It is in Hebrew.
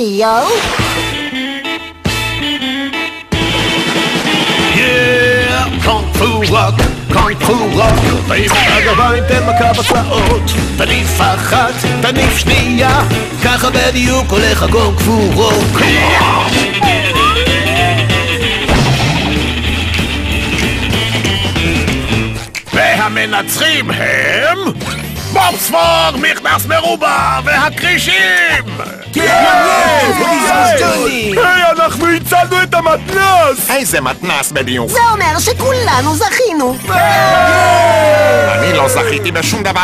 yo. Yeah, קונג פו ווק, קונג פו ווק, באים על הגביים, תן מכה בצלעות, תניף אחת, תניף שנייה, ככה בדיוק הולך הקונג פו ווק. והמנצחים הם... בובספוג, מכנס מרובע, והכרישים! היי, אנחנו הצלנו את המתנ"ס! איזה מתנס בדיוק? זה אומר שכולנו זכינו. אני לא זכיתי בשום דבר